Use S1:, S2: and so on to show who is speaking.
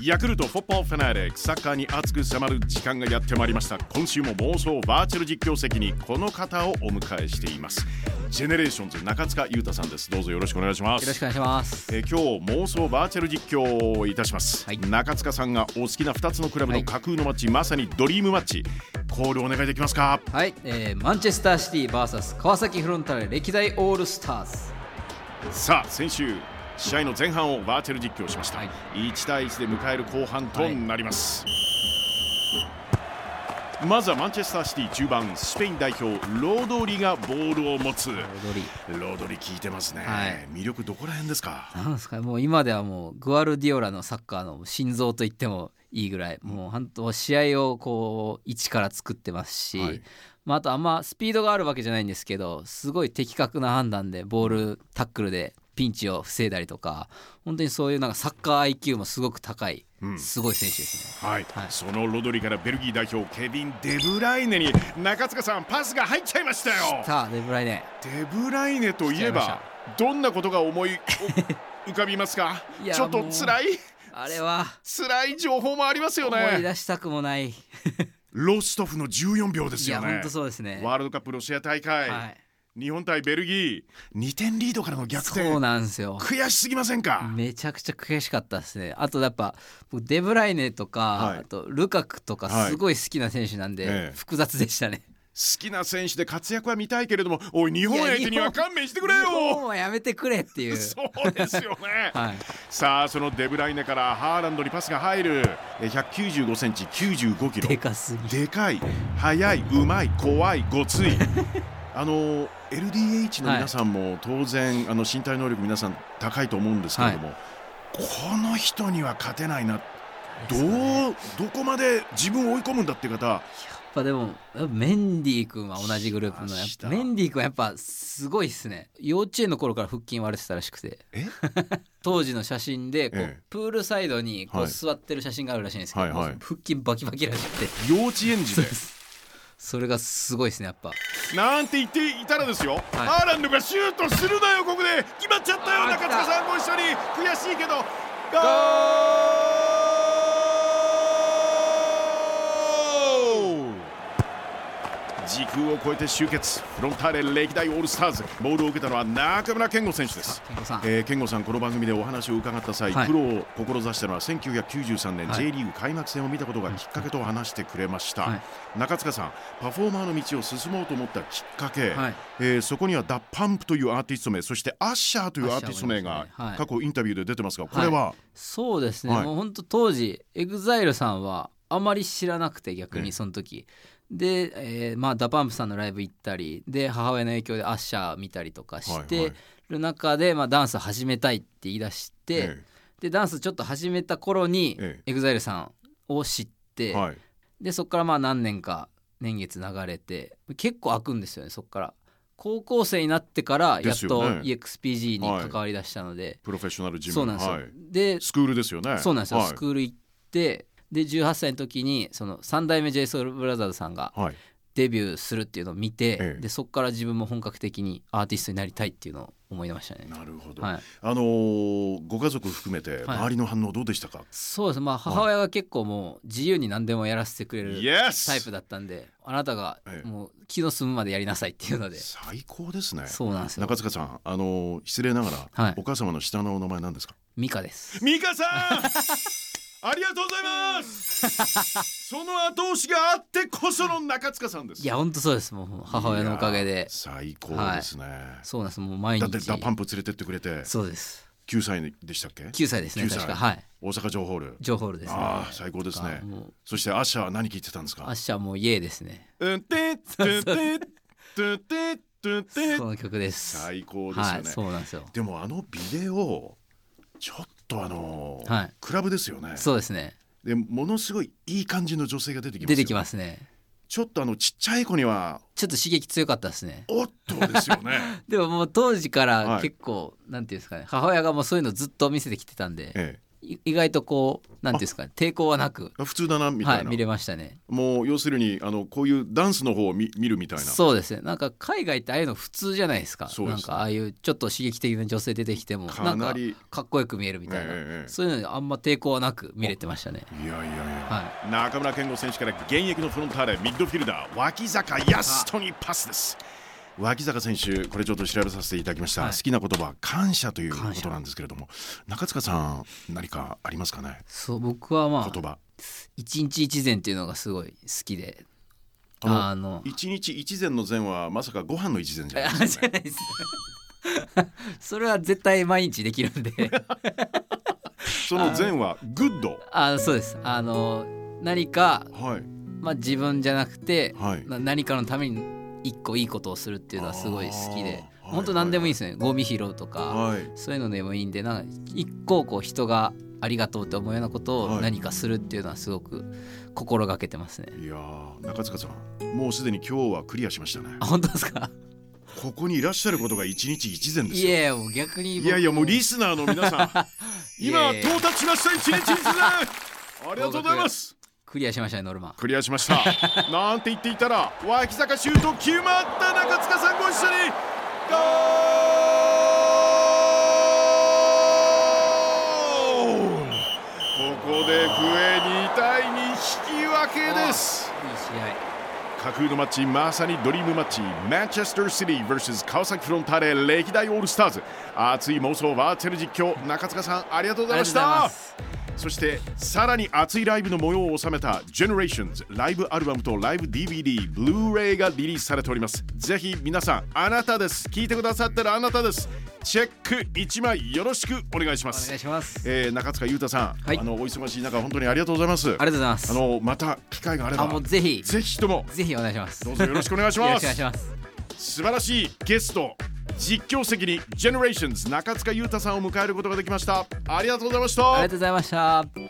S1: ヤクルトフォッパーファナーレサッカーに熱く迫る時間がやってまいりました今週も妄想バーチャル実況席にこの方をお迎えしていますジェネレーションズ中塚裕太さんですどうぞよろしくお願いします
S2: よろしくお願いします。
S1: えー今日妄想バーチャル実況をいたします、
S2: はい
S1: 中塚さんがお好きな2つのクラブ
S2: は
S1: の
S2: い
S1: 架空のマッチ、まさにドリームマッチコールお願いできますか
S2: はい、えーマンチェスターシティ VS 川崎フロンターレ歴代オールスターズ。
S1: さあ先週試合の前半をバーチャル実況しました、
S2: はい
S1: 1対1で迎える後半となります、まずはマンチェスターシティ中盤スペイン代表ロドリがボールを持つ
S2: 踊り。
S1: ロドリ効いてますね、
S2: はい
S1: 魅力どこら辺ですか
S2: なんですかもう今ではもうグアルディオラのサッカーの心臓と言ってもいいぐらいもう本当試合をこう一から作ってますし、
S1: はい
S2: まあ、あとあんまスピードがあるわけじゃないんですけどすごい的確な判断でボールタックルでピンチを防いだりとか本当にそういうなんかサッカー IQ もすごく高い、
S1: うん
S2: すごい選手ですね。
S1: はい、
S2: はい
S1: そのロドリからベルギー代表ケビン・デブライネに中塚さんパスが入っちゃいましたよ
S2: さあデブライネ
S1: デブライネといえ
S2: しちゃい
S1: ばどんなことが思い浮かびますか
S2: いや
S1: ちょっと
S2: もう
S1: 辛い
S2: あれは
S1: 辛い情報もありますよ
S2: 思い
S1: ね
S2: 出したくもない。
S1: ロストフの14秒です
S2: いや
S1: よ
S2: 本
S1: ね
S2: 当そうですね。
S1: ワールドカップロシア大会、
S2: はい、
S1: 日本対ベルギー2点リードからの逆転
S2: そうなんですよ。
S1: 悔しすぎませんか、
S2: めちゃくちゃ悔しかったですね。あとやっぱ僕デブライネとか、
S1: はい
S2: あとルカクとか
S1: はい
S2: すごい好きな選手なんで、
S1: ええ
S2: 複雑でしたね。
S1: 好きな選手で活躍は見たいけれどもおい日本
S2: いや
S1: 相手には勘弁してくれ
S2: 日本
S1: よ
S2: もやめてくれっていう。
S1: そうですよね
S2: はい。
S1: さあそのデブライネからハーランドにパスが入る1 9 5センチ9 5キロ
S2: でかすぎ。
S1: でかい、速い、うまい、怖い、ごつい。 あの LDH の皆さんも当然、あの身体能力皆さん高いと思うんですけれども、この人には勝てないな。どうどこまで自分を追い込むんだっていう方、
S2: やっぱでもやっぱメンディー君は同じグループのやっ
S1: 来ました
S2: ぱメンディー君はやっぱすごいっすね。幼稚園の頃から腹筋割れてたらしくて。
S1: え
S2: 当時の写真でこう、
S1: ええ
S2: プールサイドにこ
S1: は
S2: う
S1: い
S2: 座ってる写真があるらしいんですけど、
S1: はいはい
S2: もう腹筋バキバキらしくて。
S1: 幼稚園児
S2: そう
S1: で
S2: です。それがすごいですね、やっぱ。
S1: なんて言っていたらですよ、ハーランドがシュートするなよここで決まっちゃったよ
S2: あー
S1: 中塚さんも一緒に悔しいけどゴール時空を超えて集結フロンターレ歴代オールスターズボールを受けたのは中村健吾選手です
S2: 健吾さん。
S1: えー、健吾さん、この番組でお話を伺った際、
S2: はい
S1: プロを志したのは1993年、
S2: はい
S1: J リーグ開幕戦を見たことがきっかけと話してくれました、
S2: はい
S1: 中塚さん、パフォーマーの道を進もうと思ったきっかけ、
S2: はい
S1: えーそこにはダ・パンプというアーティスト名、そしてアッシャーというアーティスト名
S2: アッ
S1: が
S2: シャーもいますねはい
S1: 過去インタビューで出てますが、これは、
S2: そうですね、
S1: はい
S2: もう本当当時、エグザイルさんはあまり知らなくて、逆
S1: ええ
S2: にその時。で、えーまあ、ダパンプさんのライブ行ったり、で、母親の影響でアッシャー見たりとかし
S1: はいは
S2: て
S1: い
S2: る中で、まあ、ダンス始めたいって言い出して、
S1: え
S2: で、ダンスちょっと始めた頃に
S1: え、
S2: エグザイルさんを知って、
S1: ーはい
S2: でそこからまあ何年か年月流れて結構開くんですよねそこから高校生になってからや
S1: で
S2: っ
S1: すよ
S2: と
S1: ね
S2: EXPG に関わりだしたので、
S1: プロフェッショナルジム
S2: そうなんですよ、
S1: はい
S2: で
S1: スクールですよね。
S2: そうなんですよ、
S1: はい
S2: スクール行ってで18歳の時にその3代目 j s o u l b r o t h e r さんが
S1: はい
S2: デビューするっていうのを見て、
S1: ええ
S2: でそこから自分も本格的にアーティストになりたいっていうのを思いましたね。
S1: なるほど、
S2: はい、
S1: あのーご家族含めて
S2: はい
S1: 周りの反応どうでしたか、
S2: そうですまあ母親が結構もう自由に何でもやらせてくれる
S1: Yes
S2: タイプだったんであなたが
S1: ええ
S2: もう気の済むまでやりなさいっていうので
S1: 最高ですね。
S2: そうなんですよ
S1: 中塚さん、あの失礼ながら、
S2: はい
S1: お母様の下のお名前なんですか。
S2: ミカです。
S1: 美香さ ん、ありがとうございます。 その後押しがあってこその中塚さんです。
S2: いや、本当そうです。もう母親のおかげ
S1: いや
S2: で。
S1: 最高ですね。
S2: そうなんです。もう毎
S1: だって
S2: 日。
S1: ダパンプ連れてってくれて、
S2: そうです。
S1: 9歳でしたっけ？
S2: 9歳ですね。
S1: 9歳
S2: 確か。はい。
S1: 大阪城ホール。
S2: ジョーホールですね。
S1: ああ、最高ですね
S2: あ。もう
S1: そしてアッシャーは何聞いてたんですか
S2: アッ？シャーもうイエーですね。
S1: うんてんてんてんてんてんてんてん
S2: この曲です。
S1: 最高ですよ
S2: は
S1: ね
S2: い。。そうなんですよ。
S1: でもあのビデオちょっとあのー
S2: はい
S1: クラブですよね
S2: そうですね。
S1: でものすごいいい感じの女性が出てきます
S2: 出
S1: よ
S2: てきますね。
S1: ちょっとあのちっちゃい子には
S2: ちょっと刺激強かったですね。
S1: おっとですよ ね
S2: でももう当時か
S1: は
S2: ら
S1: い
S2: 結構、なんていうんですかね。母親がもうそういうのずっと見せてきてたんで、
S1: ええ
S2: い意外とこうなんていうんですか抵抗はなく、
S1: 普通だなみたい
S2: は
S1: な、
S2: い、見れましたね
S1: もう要するにあのこういうダンスの方を見見るみたいな
S2: そうですねなんか海外ってああいうの普通じゃないですか
S1: そうです
S2: なんかああいうちょっと刺激的な女性出てきても
S1: かなり
S2: んかかっこよく見えるみたいな、
S1: ええええ
S2: そういうのにあんま抵抗はなく見れてましたね
S1: いやいやいや、
S2: は
S1: 中村健吾選手から現役のフロンターレミッドフィルダー脇坂康人にパスです脇坂選手これちょっと調べさせていただきました、
S2: はい
S1: 好きな言葉は感謝というこ
S2: 感謝
S1: となんですけれども中塚さん何かありますかね
S2: そう僕はまあ
S1: 言葉
S2: 一日一善っていうのがすごい好きで
S1: あの
S2: あの
S1: 一日一膳の膳はまさかご飯の一膳じゃない
S2: あ
S1: で
S2: じ
S1: す
S2: ゃ
S1: よね
S2: ないです それは絶対毎日できる んで
S1: その膳はグッド
S2: あそうですあの何か、
S1: はい
S2: まあ、自分じゃなくて、
S1: はい
S2: な何かのために一個いいことをするっていうのはすごい好きで
S1: あー
S2: 本当何でもいいですね、ゴミ拾うとか、
S1: はい
S2: そういうのでもいいんでなんか一個こう人がありがとうって思うようなこと
S1: は
S2: を
S1: い
S2: 何かするっていうのはすごく心がけてますね。
S1: いやー中塚さんもうすでに今日はクリアしましたね
S2: あ本当ですか
S1: ここにいらっしゃることが一日一膳です
S2: い
S1: よ
S2: やいやもう逆に
S1: いやいやもうリスナーの皆さん今
S2: いやいや
S1: 到達しました一日一 膳ありがとうございます
S2: クリアしましたねノルマ。
S1: クリアしました なんて言っていたら脇坂シュート決まった中塚さんご一緒にゴールここで笛2対2引き分けです
S2: いい試合。
S1: 架空のマッチまさにドリームマッチマンチェスター・シティ vs 川崎フロンターレ歴代オールスターズ熱い妄想バーチャル実況中塚さんありがとうございました
S2: ありがとうございます
S1: そしてさらに熱いライブの模様を収めた GENERATIONS ライブアルバムとライブ DVD ブルーレイがリリースされておりますぜひ皆さんあなたです聞いてくださってるあなたですチェック1枚よろしくお願いしま
S2: お
S1: す
S2: 願いします。
S1: えー中塚裕太さん、
S2: はい
S1: あのお忙しい中本当にありがとうございます
S2: ありがとうございま
S1: あ
S2: す。
S1: のまた機会があれば
S2: あもうぜひ
S1: ぜひとも
S2: ぜひお願いします。
S1: どうぞよろしくお願いし
S2: よ
S1: ま
S2: ろしくお
S1: す
S2: 願いします。
S1: 素晴らしいゲスト実況席に GENERATIONS 中塚裕太さんを迎えることができましたありがとうございました
S2: ありがとうございました。